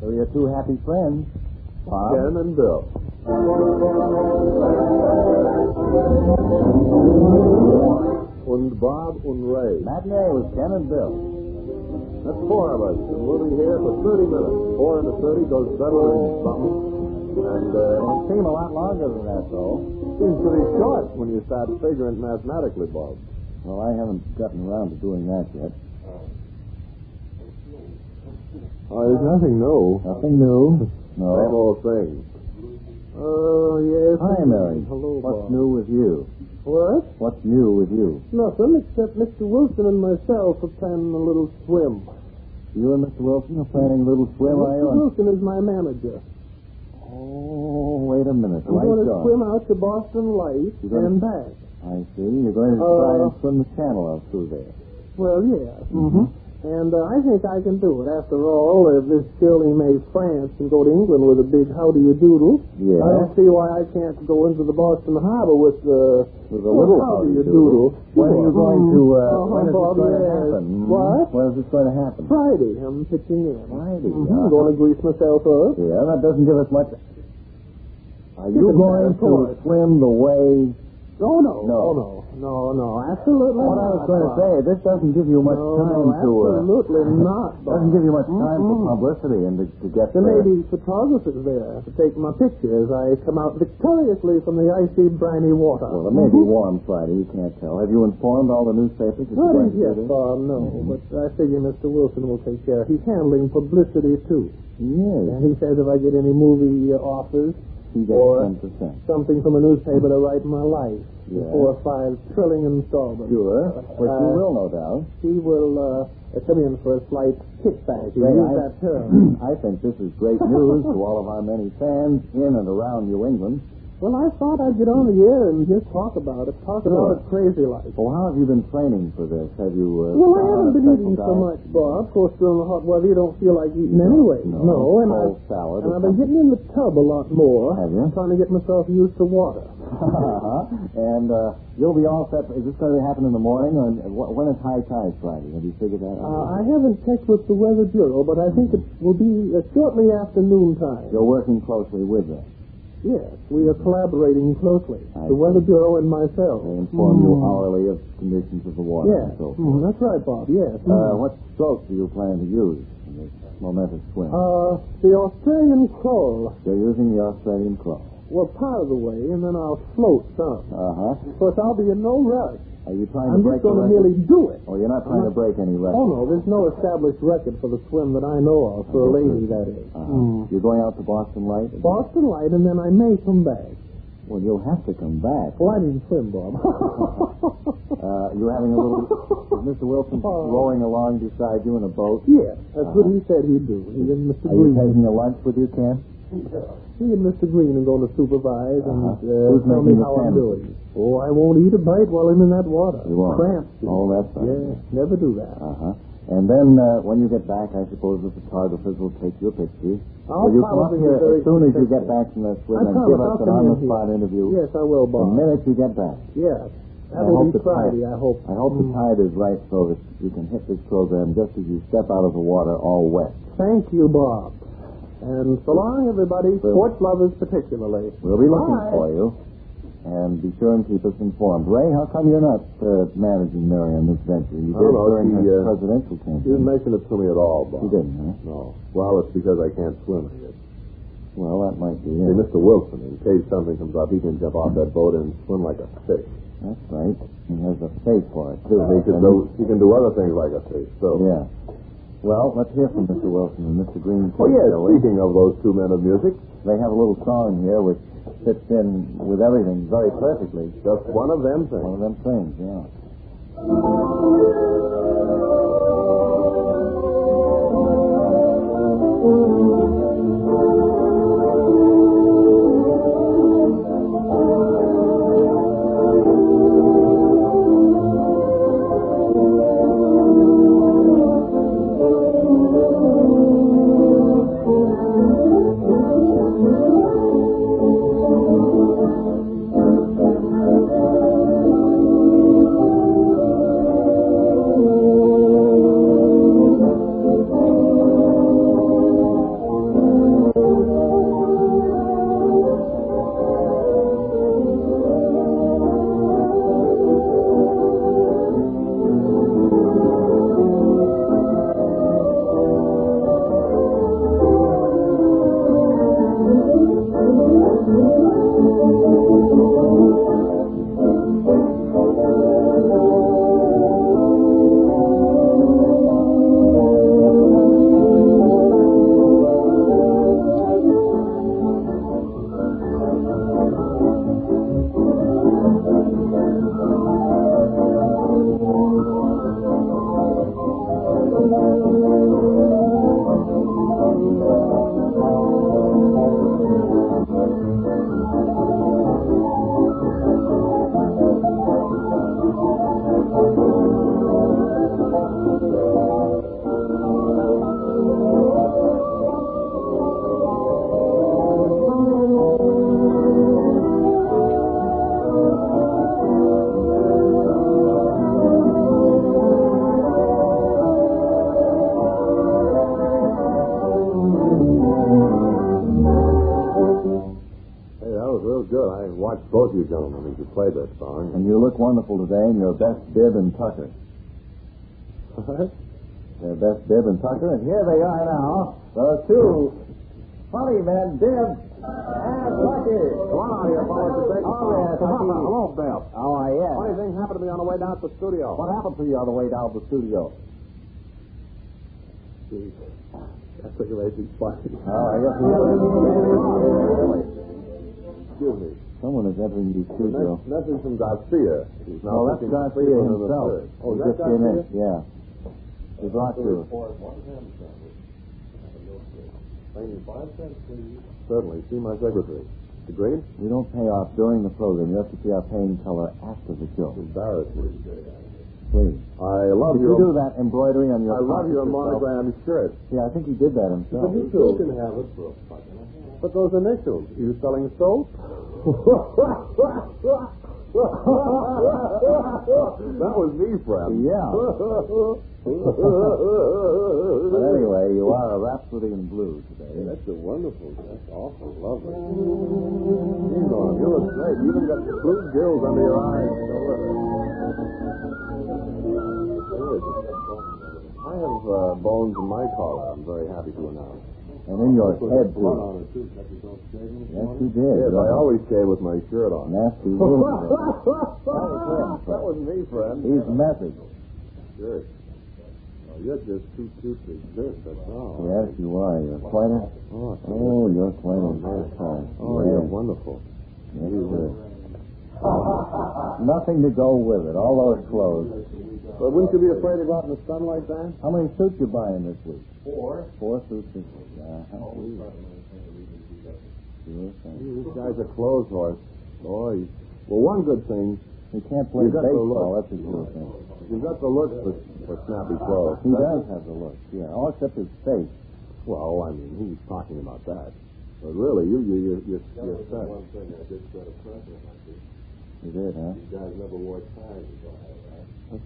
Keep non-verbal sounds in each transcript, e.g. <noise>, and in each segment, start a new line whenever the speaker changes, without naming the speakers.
So you're two happy friends. Bob.
Ken and Bill. Und Bob und Ray.
Matinee with Ken and Bill.
That's four of us, and we'll be here for 30 minutes. Four into 30 goes better than something. And uh,
It'll seem a lot longer than that, though.
seems pretty short when you start figuring it mathematically, Bob.
Well, I haven't gotten around to doing that yet.
Oh, there's nothing new.
Nothing new.
Same
No.
old thing. Oh, yes.
Hi, Mary.
Hello,
What's
Bob.
new with you?
What?
What's new with you?
Nothing except Mr. Wilson and myself are planning a little swim.
You and Mr. Wilson are planning a little swim, are you?
Mr. Wilson is my manager.
Oh, wait a minute.
I'm
Right
going to
on.
swim out to Boston Light
You're gonna-
and back.
I see. You're going to try
Uh,
and swim the channel out through there.
Well, yeah.
Mm-hmm.
And uh, I think I can do it. After all, if this Shirley made France and go to England with a big how do you doodle,
Yeah.
I don't see why I can't go into the Boston Harbor with uh, the
With a little
how do
howdy
you
doodle.
doodle.
When are you going to, uh,
Uh-huh,
when is it
Bob,
going to
yes.
happen? Mm.
What?
When is it going to happen?
Friday. I'm pitching in.
Friday. uh,
I'm going to grease myself up.
yeah, that doesn't give us much. Are
Give
you
us
going
that, of course.
to swim the way?
Oh no,
No.
oh, no, no, no, absolutely
What I
not.
was going to say, this doesn't give you much
no,
time
no,
to. Uh,
absolutely not. Bob.
<laughs> doesn't give you much time
Mm-mm.
for publicity and to, to get
There
there.
may be photographers there to take my pictures. I come out victoriously from the icy, briny water.
Well,
Mm-hmm.
it may be warm Friday. You can't tell. Have you informed all the newspapers that
Not
you're
as
going to do
yet,
this?
Bob, Uh, no.
Mm-hmm.
But I figure Mr. Wilson will take care. He's handling publicity, too.
Yes.
And he says if I get any movie uh, offers,
He gets
Or-
ten percent.
something from a newspaper to write my life.
Yeah.
Four or five trilling installments.
Sure, which you
Uh,
will, no doubt.
He will uh, come in for a slight kickback. He
Ray,
used
I-
that term.
Uh, I think this is great news to all of our many fans in and around New England.
well, I thought I'd get on the air and just talk about it. Talk
Sure.
about it crazy like.
Well, how have you been training for this? Have you? Uh,
Well,
gone
I
on a
haven't been
special
eating so
diet?
much, Bob. Of course, during the hot weather, you don't feel like eating anyway.
No,
and, I,
cold salad.
and
or
I've been getting in the tub a lot more.
Have you? Uh-huh.
Trying to get myself used to water.
something. <laughs> and uh, you'll be all set. Is this going to happen in the morning, or in- wh- when is high tide Friday? Have you figured that out?
Uh, I haven't checked with the Weather Bureau, but I think it will be uh, shortly after noontime.
You're working closely with them.
Yes, we are collaborating closely.
I
the Weather Bureau and myself. Mm.
They inform you hourly of conditions of the water
Yes,
and so forth.
Mm, that's right, Bob. Yes. Mm.
Uh, what stroke do you plan to use in this momentous swim?
Uh, the Australian crawl.
You're using the Australian claw.
Well, part of the way, and then I'll float some.
Uh huh.
Of course, I'll be in no rush.
Are you trying to
I'm
break
just going
the
to
record?
merely do it.
Oh, you're not trying to break any
Oh,
record.
no, there's no established record for the swim that I know of, for a lady, that is. Mm.
Uh-huh.
Hmm.
You're going out to Boston Light?
Boston Light, and then I may come back.
Well, you'll have to come back.
Well, I didn't swim,
<laughs>
Bob. <laughs>
Uh, you're having a little. Is Mr. Wilson
Oh.
rowing along beside you in a boat?
yes, that's what he said he'd do. He and Mr.
Are you
Green.
taking a lunch with you, Ken?
He and Mr. Green are going to supervise and
Uh-huh.
uh,
Who's
tell me
making the
how I'm
sandwiches?
doing. Oh, I won't eat a bite while I'm in that water.
You won't.
Cramps.
Oh, that's right.
Yeah, never do that.
Uh huh. And then uh, when you get back, I suppose the photographers will take your pictures.
I'll
will you come up
probably
here
get very
as soon as you get
successful.
back from that swim
I
and
promise
give us
I'll
an
come in
on the spot interview
Yes, I will,
the
Bob.
minute you get back?
Yes.
hope
That'll be
it's
Friday, I hope.
I hope the
Hmm.
tide is right so that you can hit this program just as you step out of the water all wet.
Thank you, Bob. And so long, everybody.
Well-
Sports lovers, particularly.
We'll be looking
Bye.
for you. And be sure and keep us informed. Ray, how come you're not uh, managing Mary on this venture? You did
I don't know,
during
she,
her
uh,
presidential
You didn't
campaign.
mention it to me at all, Bob.
You didn't, huh?
No. Well, it's because I can't swim, I guess.
Well, that might be it.
Hey, Mr. Wilson, in case something comes up, he can jump off that boat and swim like a fish.
That's right. He has a face for it, too.
He can
And-
do, he can do other things like a fish, so.
Yeah. Well, let's hear from Mr. Wilson and Mr. Green.
Oh, yes,
shall we?
speaking of those two men of music,
They have a little song here which fits in with everything very perfectly.
just one of them
One
sings.
of them things, yeah.
Thank
watched both you gentlemen as you played that song.
And you look wonderful today in your best bib and tucker. Their best bib and tucker, and here they are now. The two funny men, Bib and Tucker.
Come on out here, fellas. It's taking
Oh, yeah,
time.
Tucker.
Hello, Bill.
How are
Funny
you?
thing happened to me on the way down to the studio.
Oh, What happened to you on the way down to the studio?
That's a amazing funny.
Oh, I guess we really.
Excuse me.
Someone is entering the studio.
That's, that's from Garcia. He's
No,
now
that's
pitching
Garcia
Cleveland in the
himself.
third. Oh,
he
is
just
that
came in.
Garcia?
Yeah. He brought you.
Certainly. See my secretary. Agreed?
We don't pay off during the program. You have to pay our paying teller after the show.
Embarrassing.
Please.
I love
Did
you.
you do that embroidery on your
I love
pocket
your
yourself?
monogrammed shirt.
Yeah, I think he did that himself.
You can have it. But those initials, are you selling <laughs> soap? that was me, Fred.
Yeah. But
<laughs> but
anyway, you are a rhapsody in blue today.
That's a wonderful. That's awful lovely. Jeez, Norm, you look great. You even got blue gills under your eyes. Good. I have uh, bones in my collar. I'm very happy to announce.
And in your head, too. Yes, you did.
Yes, I
You're
always shave with my shirt
<laughs>
on.
Nasty loser.
<laughs> that was me, friend.
He's messy.
Sure. Well, you're just too cute to exist, that's all.
Yes, you are. You're quite a...
Oh,
Oh, you're quite a
Oh, man.
nice guy.
oh,
yes.
you're wonderful.
Yes, sir. Nothing to go with it. All those clothes.
But wouldn't you be afraid of out in the sun like that?
How many suits you buying this week? Four. Four suits this week. Uh-huh. Sure thing.
This guy's a clothes horse. Boy. Well, one good thing,
He can't play
You got the
baseball.
look.
That's a sure thing.
you've got the look for, for snappy clothes.
He does have the look. Yeah. All except his face.
Well, I mean, he's talking about that. But really, you, you, you, you, you're set.
He did, huh?
That's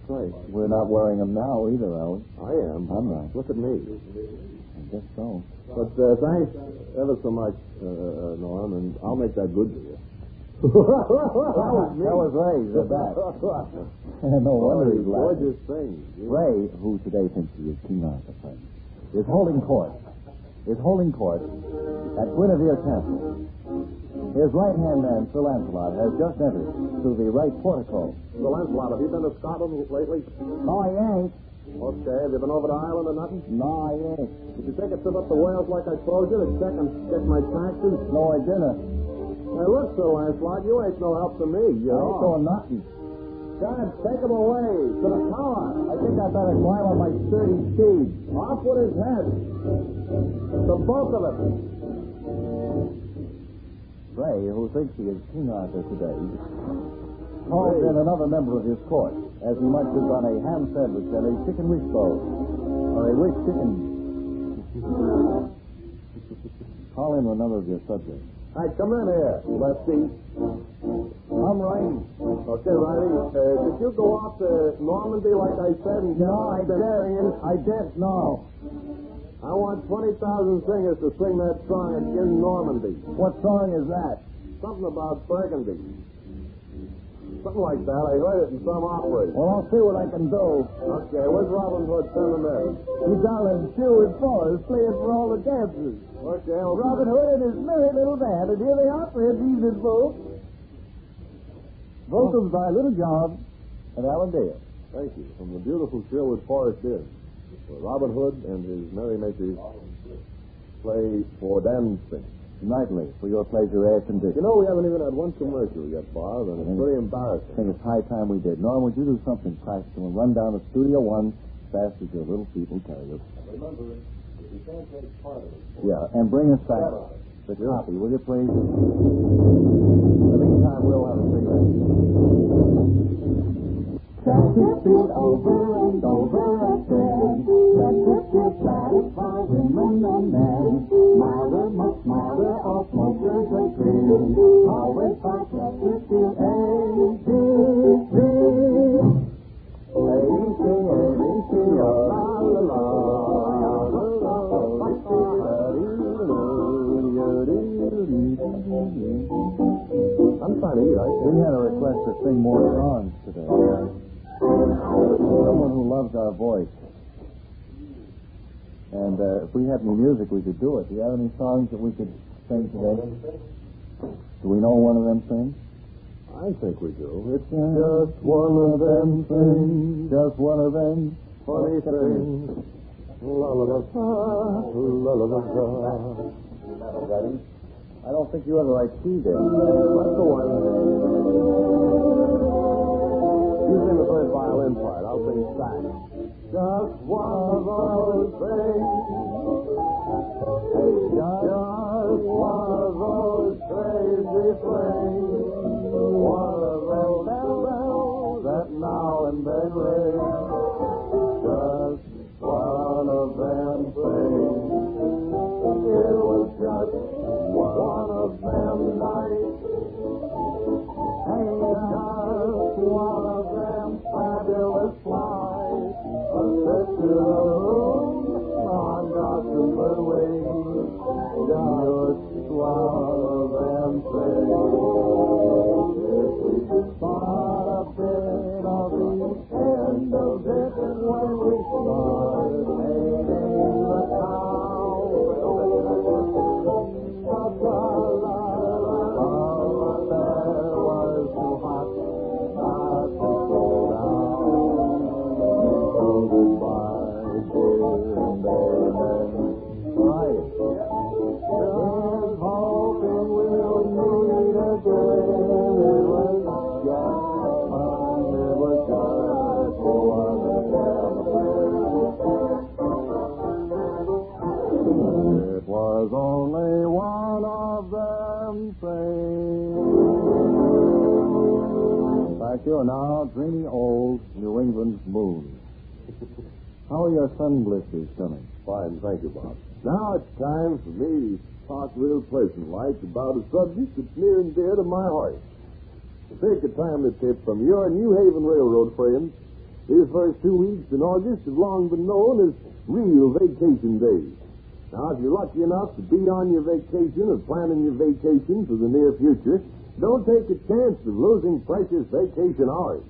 right.
We're not wearing them now either, are we?
I am.
I'm not.
Look at me.
I guess so.
But uh, thanks ever so much, uh, uh, Norm, and I'll make that good to you.
Oh, That was Ray. He's back. <laughs> no wonder
One
he's
of
laughing.
gorgeous things.
Ray, who today thinks he is King Arthur, friend, is holding court. Is holding court at Guinevere Castle. His right hand man, Sir Lancelot, has just entered through the right portico.
Well, Lancelot, have you been to Scotland lately?
No, I ain't.
Okay. Have you been over to Ireland or nothing?
No, I ain't.
Did you take a trip up to Wales like I told you to check and get my taxes?
No, I didn't.
Hey, look, Sir Lancelot, you ain't no help to me.
I
You're
ain't going nothing.
God, take him away to the tower.
I think I better climb on my sturdy steed.
Off with his head. The both of it.
Ray, who thinks he is King Arthur today, calls in another member of his court as he munches on a ham sandwich and a chicken wheat bowl, or a wheat chicken. Call in another of your subjects.
Hey, come in here, Lefty.
I'm Ray.
Okay, Riley, uh, did you go off to Normandy like I said? And
No, I did. I did. No.
I want 20,000 singers to sing that song in Normandy.
What song is that?
Something about Burgundy. Something like that. I heard it in some opera.
Well, I'll see what I can do.
Okay, where's Robin Hood? Send him in.
He's out in Sherwood Forest playing for all the dancers.
Okay, I'll...
Robin Hood and his merry little band, and here they are for these is Vogue. Vocals by Little John and Alan Dale.
Thank you. From the beautiful Sherwood Forest Inn, where Robin Hood and his merrymakers play for dancing.
Nightly, for your pleasure, air
You
conditioning.
know, we haven't even had one commercial yet, Bob, and it's
Mhm.
pretty
I
embarrassing.
think it's high time we did. Norm, would you do something practical and run down to Studio One as fast as your little feet will carry you? Yeah, and bring us back the copy, will you, please? In the meantime, we'll have a cigarette.
Practice it over and over again. Practice your satisfies women and men. Smiler must smiler, all smokers agree. Always by practice till A, B, C. Everything, everything, la la la.
I'm be, right?
We had a request to sing more songs today. Someone who loves our voice. And uh, if we had any music, we could do it. Do you have any songs that we could sing today? Do we know one of them sings?
I think we do.
It's just one of them things. Just one of them
Funny things. Lullaby, lullaby.
Ready? I don't think you ever like key there.
That's the one.
You sing the first violin part. I'll sing sax. Just one of those things. Hey, just one of those crazy things. One of those bells that now and then ring. Just one of them things. It was just one of them nights. Hey, just one of them fabulous flies. A trip to the moon on gossamer wings. Just one of them things. If we could start a bit of each end of it when we start painting the town. But the light of there was too hot not to go down. So goodbye, dear baby.
Right.
Just hoping we'll meet again. It was just fun. It was just one of them things. It was only one of them things.
Back you are now dreamy old New England moon. How are your sun blisters coming?
Fine, thank you, Bob. Now it's time for me to talk real person-like about a subject that's near and dear to my heart. To take a time to tip from your New Haven Railroad friends, these first two weeks in August have long been known as real vacation days. Now, if you're lucky enough to be on your vacation or planning your vacation for the near future, don't take a chance of losing precious vacation hours.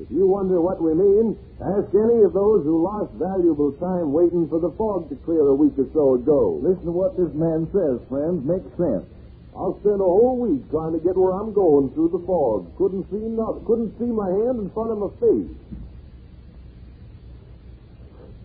If you wonder what we mean, ask any of those who lost valuable time waiting for the fog to clear a week or so ago.
Listen to what this man says, friends. Makes sense.
I'll spend a whole week trying to get where I'm going through the fog. Couldn't see nothing. Couldn't see my hand in front of my face.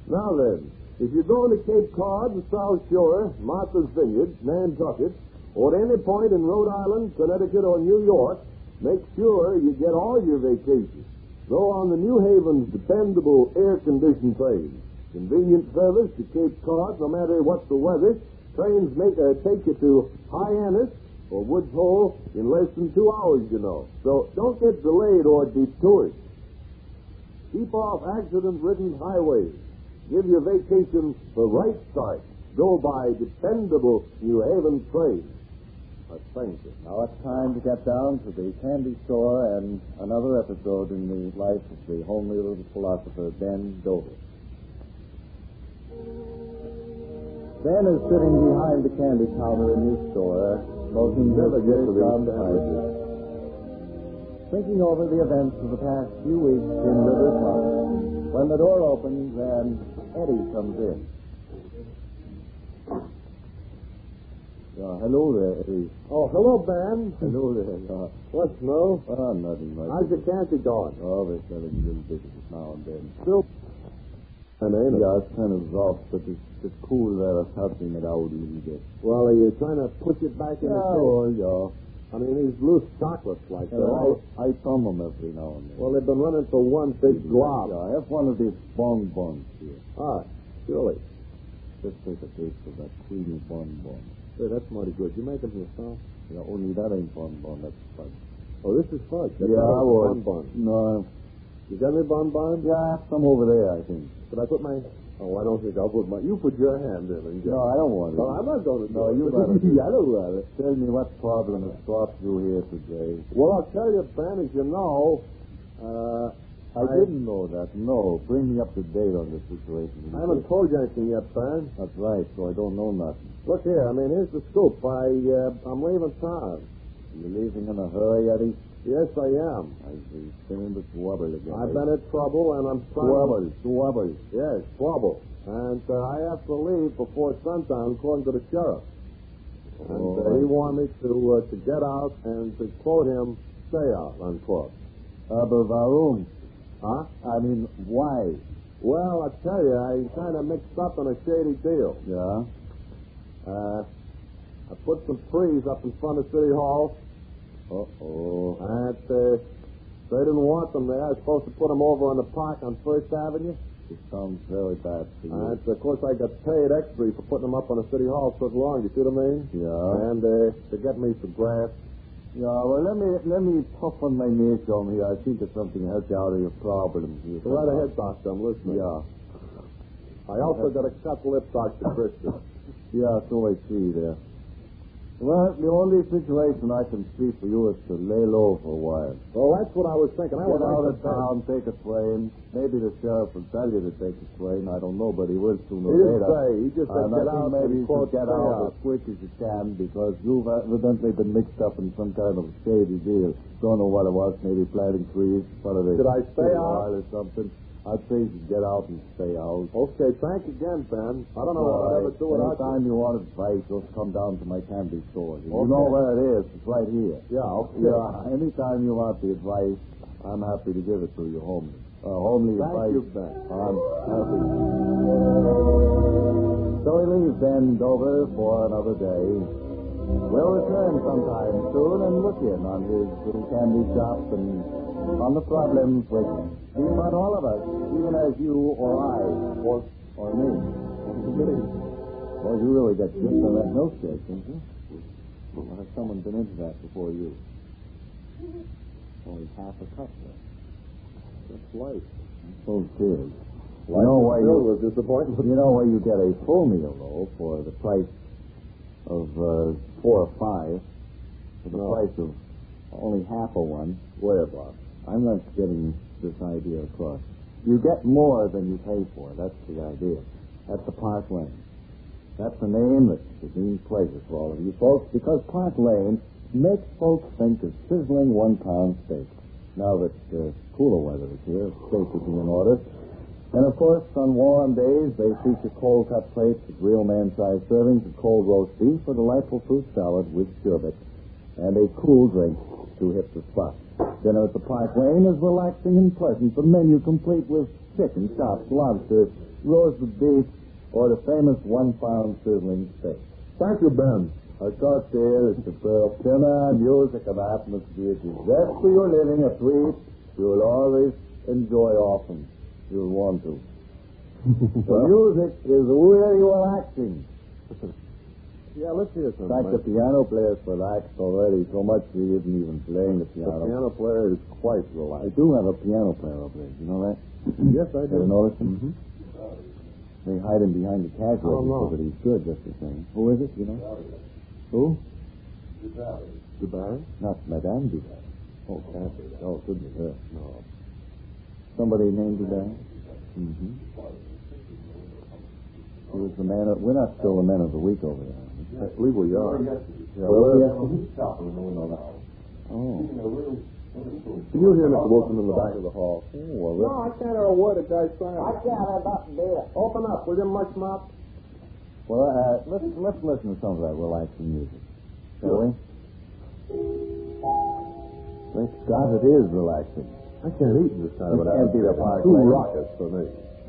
Now then, if you're going to Cape Cod, the South Shore, Martha's Vineyard, Nantucket, or at any point in Rhode Island, Connecticut, or New York, make sure you get all your vacations. Go on the New Haven's dependable air-conditioned train. Convenient service to Cape Cod, no matter what the weather. Trains make uh, take you to Hyannis or Woods Hole in less than two hours, you know. So don't get delayed or detoured. Keep off accident-ridden highways. Give your vacation the right start. Go by dependable New Haven train. Uh, thank you.
Now it's time to get down to the candy store and another episode in the life of the homely little philosopher Ben Dover. Ben is sitting behind the candy counter in his store, smoking
Never get to
his
the
gum
candy.
pipe, thinking over the events of the past few weeks in River Park. When the door opens and Eddie comes in. Yeah, hello there, Eddie.
Oh, hello, Ben.
Hello there. Yeah.
What's no?
Oh, nothing much.
How's your candy going?
Oh, there's nothing little bit of now and then.
Still
And ain't
Yeah, it's kind of rough, but it's, it's cool that it's helping it out a little bit.
Well, are you trying to push it back in the store?
yeah.
I mean, these loose chocolates like
And
that. all-
I, I thumb them every now and then.
Well, they've been running for one big glob.
Yeah, I have one of these bonbons here.
Ah, surely.
Just take a taste of that creamy bonbon.
Hey, that's mighty good. You make them yourself?
Yeah, only that ain't bonbon, that's fun.
Oh, this is fudge. That's
yeah, I
not a
was.
Bonbon.
No,
You got any bonbons?
yeah, I have some over there, I think.
But I put my.
Oh, I don't think I'll put my. You put your hand in and get.
No, I don't want it.
Well, Oh, I'm not going to.
No, you
better. <laughs>
better.
I don't rather.
Tell me what problem has brought you here today.
Well, I'll tell you, Ben, as you know, uh,
I,
I-
didn't know that. No, bring me up to date on the situation.
I haven't told you anything yet, Ben.
That's right. So I don't know nothing.
Look here, I mean, here's the scoop. I, uh, I'm leaving town.
You leaving in a hurry, Eddie?
Yes, I am.
I see. Same as wobble again.
I've been in trouble, and I'm trying.
Squabble, squabble.
Yes, squabble. And uh, I have to leave before sundown, according to the sheriff. And uh, he wanted me to uh, to get out and to quote him, "Stay out." Unquote.
Aber warum?
Huh?
I mean, why?
Well, I tell you, I kind of mixed up in a shady deal.
Yeah?
Uh, I put some trees up in front of City Hall.
Uh-oh.
And uh, they didn't want them there. I was supposed to put them over on the park on First Avenue.
It sounds very bad for you.
And of course, I got paid extra for putting them up on the City Hall so long. You see what I mean?
Yeah.
And uh, to get me some grass.
Yeah, well, let me let me puff on my knee on here. I think that something helps you out of your problems. You
So right ahead, Doctor. I'm listening.
Yeah.
I also got a cut lip, Dr. Christian.
Yeah, so I see there. Well, the only situation I can see for you is to lay low for a while.
well, that's what I was thinking. I
Get
was
out of town, take a train. Maybe the sheriff will tell you to take a train. I don't know, but he will sooner
He
or
didn't
later.
say. He just said,
And I
get
think
out
maybe
and
you
quote,
should get
stay
out
out.
as quick as you can because you've evidently been mixed up in some kind of shady deal. Don't know what it was, maybe planting trees in front of the
Should I stay
city hall
out?
or something. I'd say you should get out and stay out.
Okay, thank again, Ben. I don't know
All
what I'd
right.
ever do without you.
Anytime you want advice, just come down to my candy store. You
Oh, Okay.
know where it is. It's right here.
Yeah, okay.
Yeah, anytime you want the advice, I'm happy to give it to you, homely. Uh, homely
Thank
advice.
you, Ben.
I'm happy. So he leaves Ben Dover for another day. We'll return sometime soon and look in on his little candy shop and on the problems which seem on all of us, even as you or I or, or me. Well, you really got chipped on that milkshake, didn't you? Well, has someone been into that before you? Only half a cup, though.
It's late.
Full cheers. You know why
Bill
you,
was disappointed.
you know why you get a full meal though for the price of uh, four or five for the
No.
price of only half a one.
Where, Bob?
I'm not getting this idea across. You get more than you pay for. That's the idea. That's the Park Lane. That's the name that that means pleasure for all of you folks because Park Lane makes folks think of sizzling one pound steak. Now that uh, cooler weather is here, steak would be in order. And of course, on warm days, they feature cold cut plates with real man sized servings of cold roast beef, a delightful fruit salad with sherbet, and a cool drink to hit the spot. Dinner at the Park Lane is relaxing and pleasant, the menu complete with chicken, chops, lobster, roasted beef, or the famous one pound sizzling steak.
Thank you, Ben.
Our cocktail is superb dinner, music, and atmosphere to zest for your living, a treat you will always enjoy often. You'll want
<laughs>
to. the music is really relaxing.
Yeah, let's hear
In
something.
fact, the piano player's relaxed already so much he isn't even playing the
The
piano.
piano player is quite
I
relaxed.
do have a piano player up there. You know that?
<clears throat> yes, I Mm-hmm.
Ever notice him? They hide him behind the casual
don't know.
so that he's good just the same. Who is it, you know? Who?
The Baron?
Not Madame Duval. Oh, Catherine. Oh, it couldn't be her. No. Somebody named Duval? Mm-hmm. He was the man of... We're not still the men of the week over there. are we?
I believe we are. Yeah,
Well,
we're-
Oh.
Can you hear Mr. Wilson in the back of the hall?
Oh, well,
No, I can't hear a word the guy's saying.
got about beer.
Open up, will you, mush mop?
Well, uh, let's, let's listen to some of that relaxing music, shall we? Thank God it is relaxing.
I can't eat in this time
It
of
can't
hour.
be the Park
Too
Lane.
raucous for me.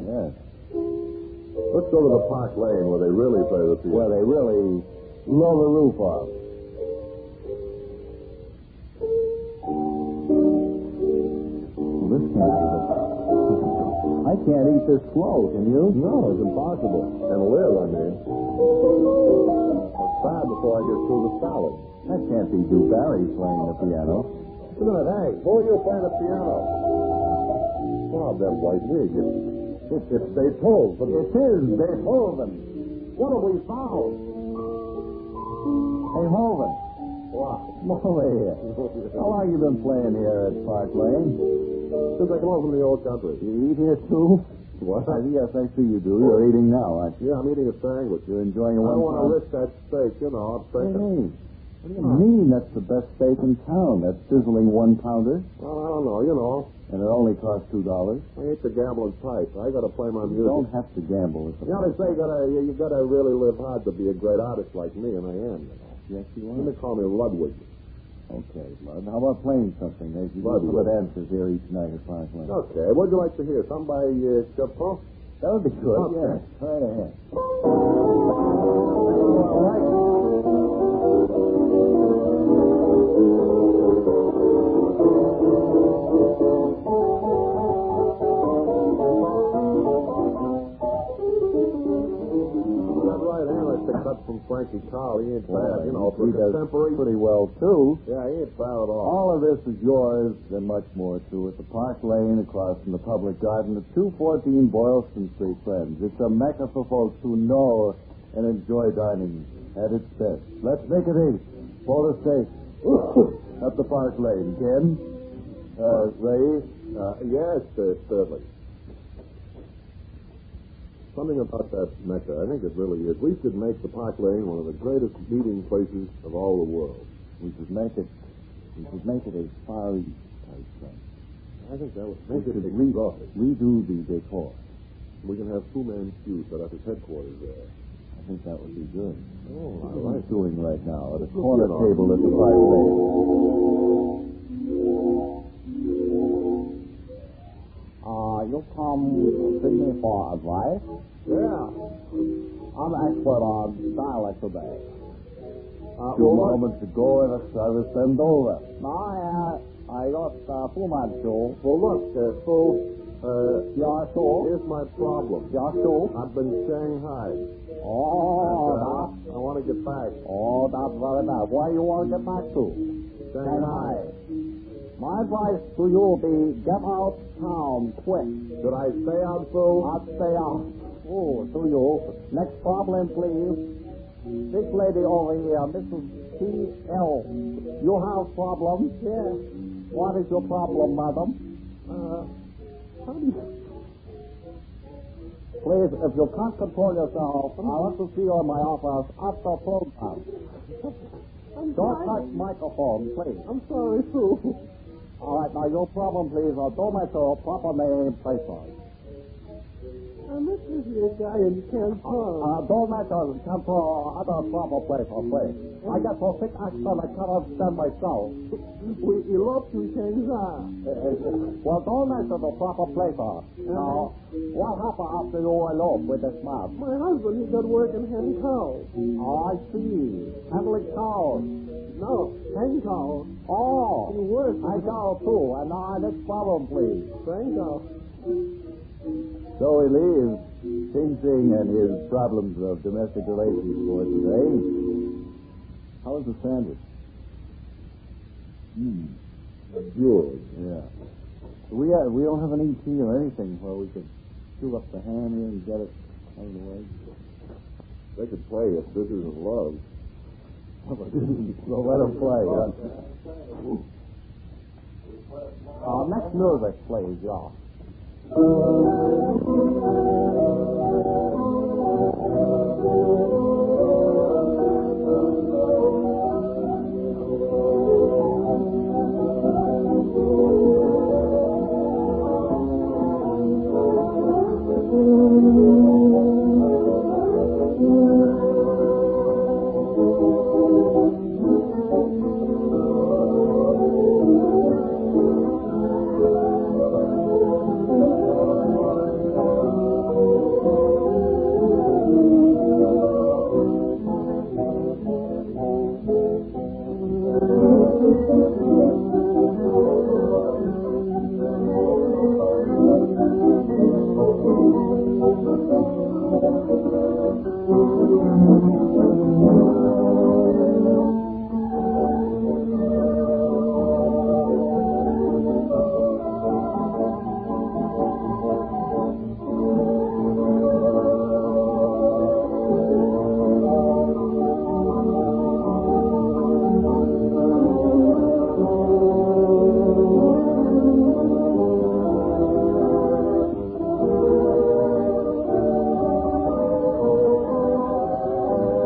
Yes.
Let's go to the Park Lane where they really play the piano.
Well, they really blow the roof off. Listen to this. <laughs> I can't eat this slow, can you?
no, it's impossible. And live, I mean. I'll try before I get through the salad.
That can't be Duke Barry playing the piano.
Look at that, Hank. Who are you playing the piano? Bob, that white wig. It's, it's, it's Beethoven.
It is Beethoven.
What have we found?
Beethoven.
What?
Come
<laughs>
over here. How long you been playing here at Park Lane?
Since I come over from the old country.
You eat here too?
What?
Uh, yes, I see you do. You're eating now, aren't you?
Yeah, I'm eating a sandwich.
You're enjoying
I
your
don't
one
want to risk that steak, you know. I'm
What do you mean?
thinking.
What do you mean that's the best steak in town? That sizzling one pounder?
Well, I don't know. You know,
And it only costs two dollars.
I ain't the gambling type. I gotta play my
You
music.
don't have to gamble. It's a
You know, they say you gotta, you, you gotta really live hard to be a great artist like me, and I am. You know.
Yes, you
Then
are.
they call me Ludwig.
Okay, Bud. How about playing something? There's you
Bud,
put
what?
answers here each night at five o'clock.
Okay, what'd you like to hear? Something by uh, Chopin?
That would be good.
Okay.
Yeah. Right ahead.
That right hand, that's the cut from Frankie Carl. He ain't
Well,
bad, you know, for
he does
contemporary.
pretty well too.
Yeah, he ain't bad at all.
All of this is yours and much more too at the Park Lane across from the Public Garden at 214 Boylston Street, friends. It's a mecca for folks who know and enjoy dining at its best. Let's make it eight for the sake <coughs> at the Park Lane. Ken, uh, Ray,
Uh, yes, uh, certainly. Something about that Mecca, I think it really is. We should make the Park Lane one of the greatest meeting places of all the world.
we should make it. We should make it a Far East type thing.
I think that would
We
make it
should re-
exotic.
redo the decor.
We can have Fu Manchu set up his headquarters there.
I think that would be good.
Oh,
What am I doing right now at a
Look
corner
at all.
table at the Park Lane?
Uh, you come to me for advice?
Yeah.
I'm expert on dialect today.
Uh,
Two
well,
moments ago and a service and over.
Now, I, uh, I got uh, Fu Manchu.
well, look, uh, Fu, uh,
You're sure?
here's my problem.
You're sure?
I've been Shanghai.
Oh,
and, uh, I want to get back.
that, oh, that's very bad. Where you want to get back to?
Shanghai.
My advice to you be get out town quick.
Should I stay out, Fu?
I'd stay out. Oh, to you. Next problem, please. This lady over here, Mrs. T.L. You have problems? Yes. What is your problem, madam?
Uh,
Please, if you can't control yourself, I want to see you in my office after program. Don't touch microphone, please.
I'm sorry, Sue.
All right, now your problem, please. I'll do myself proper name, place on.
I this is your guy in Canton.
Uh, don't let us come to other proper place or place. I got so sick accent I cannot stand myself. <laughs>
we eloped in Shanghai.
Uh, well, don't let us the proper place or. Now, what happened after you elope with this man?
My husband, he got work in Hankow.
Oh, I see. Handling cows.
No, Hankow. He
Oh,
worked
I
in
go too. And now, our next problem, please.
Hankow.
So he leaves Sing Sing and his problems of domestic relations for today. How is the sandwich? Hmm.
yours.
Yeah. We uh, we don't have an ET or anything where we could chew up the ham here and get it out of the way.
They could play if this isn't love.
Well, <laughs> let him play. huh?
Uh, next music, please, yeah.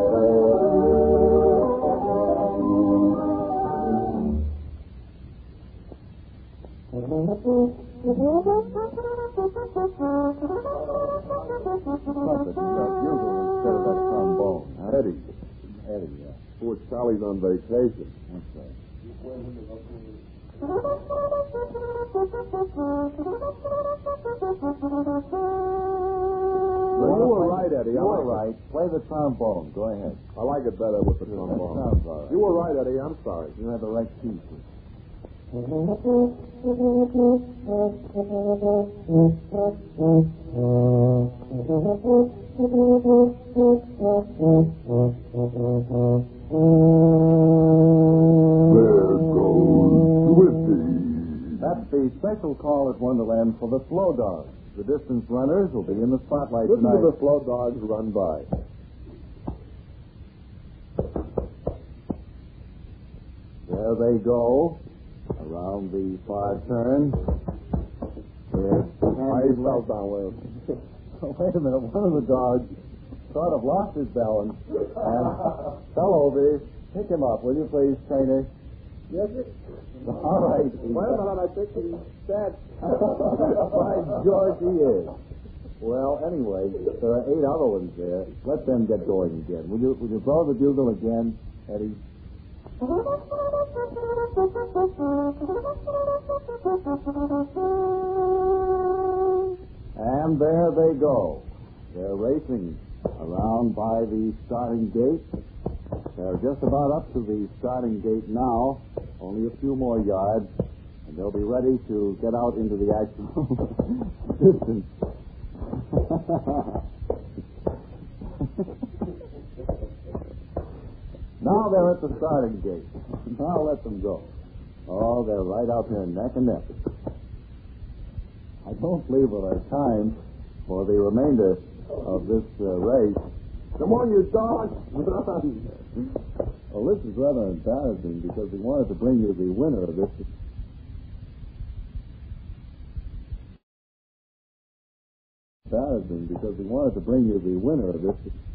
Well,
Eddie.
Eddie, yeah.
Oh,
Poor Charlie's on vacation.
That's right.
No, you were right, Eddie. I
You were
like
right. Play the trombone. Go ahead.
It. I like it better with the trombone.
sounds all right.
You were right, Eddie. I'm sorry.
You have the right key. for it.
There goes
That's the special call at Wonderland for the slow dogs. The distance runners will be in the spotlight
Listen
tonight.
to the slow dogs run by.
There they go. Around the far turn. With
I
Andy
fell
left. <laughs>
down with
Wait a minute. One of the dogs sort of lost his balance
<laughs>
and fell over. Pick him up, will you please, trainer?
Yes, sir.
All right.
I think he said.
By George, he is. Well, anyway, there are eight other ones there. Let them get going again. Will you, will you blow the bugle again, Eddie? And there they go. They're racing around by the starting gate. They're just about up to the starting gate now, only a few more yards, and they'll be ready to get out into the actual <laughs> distance. now they're at the starting gate. Now let them go. Oh, they're right out there neck and neck. I don't believe we'll have time for the remainder of this uh, race.
Come on, you dogs. Run.
Well, this is rather embarrassing because we wanted to bring you the winner of this embarrassing because we wanted to bring you the winner of this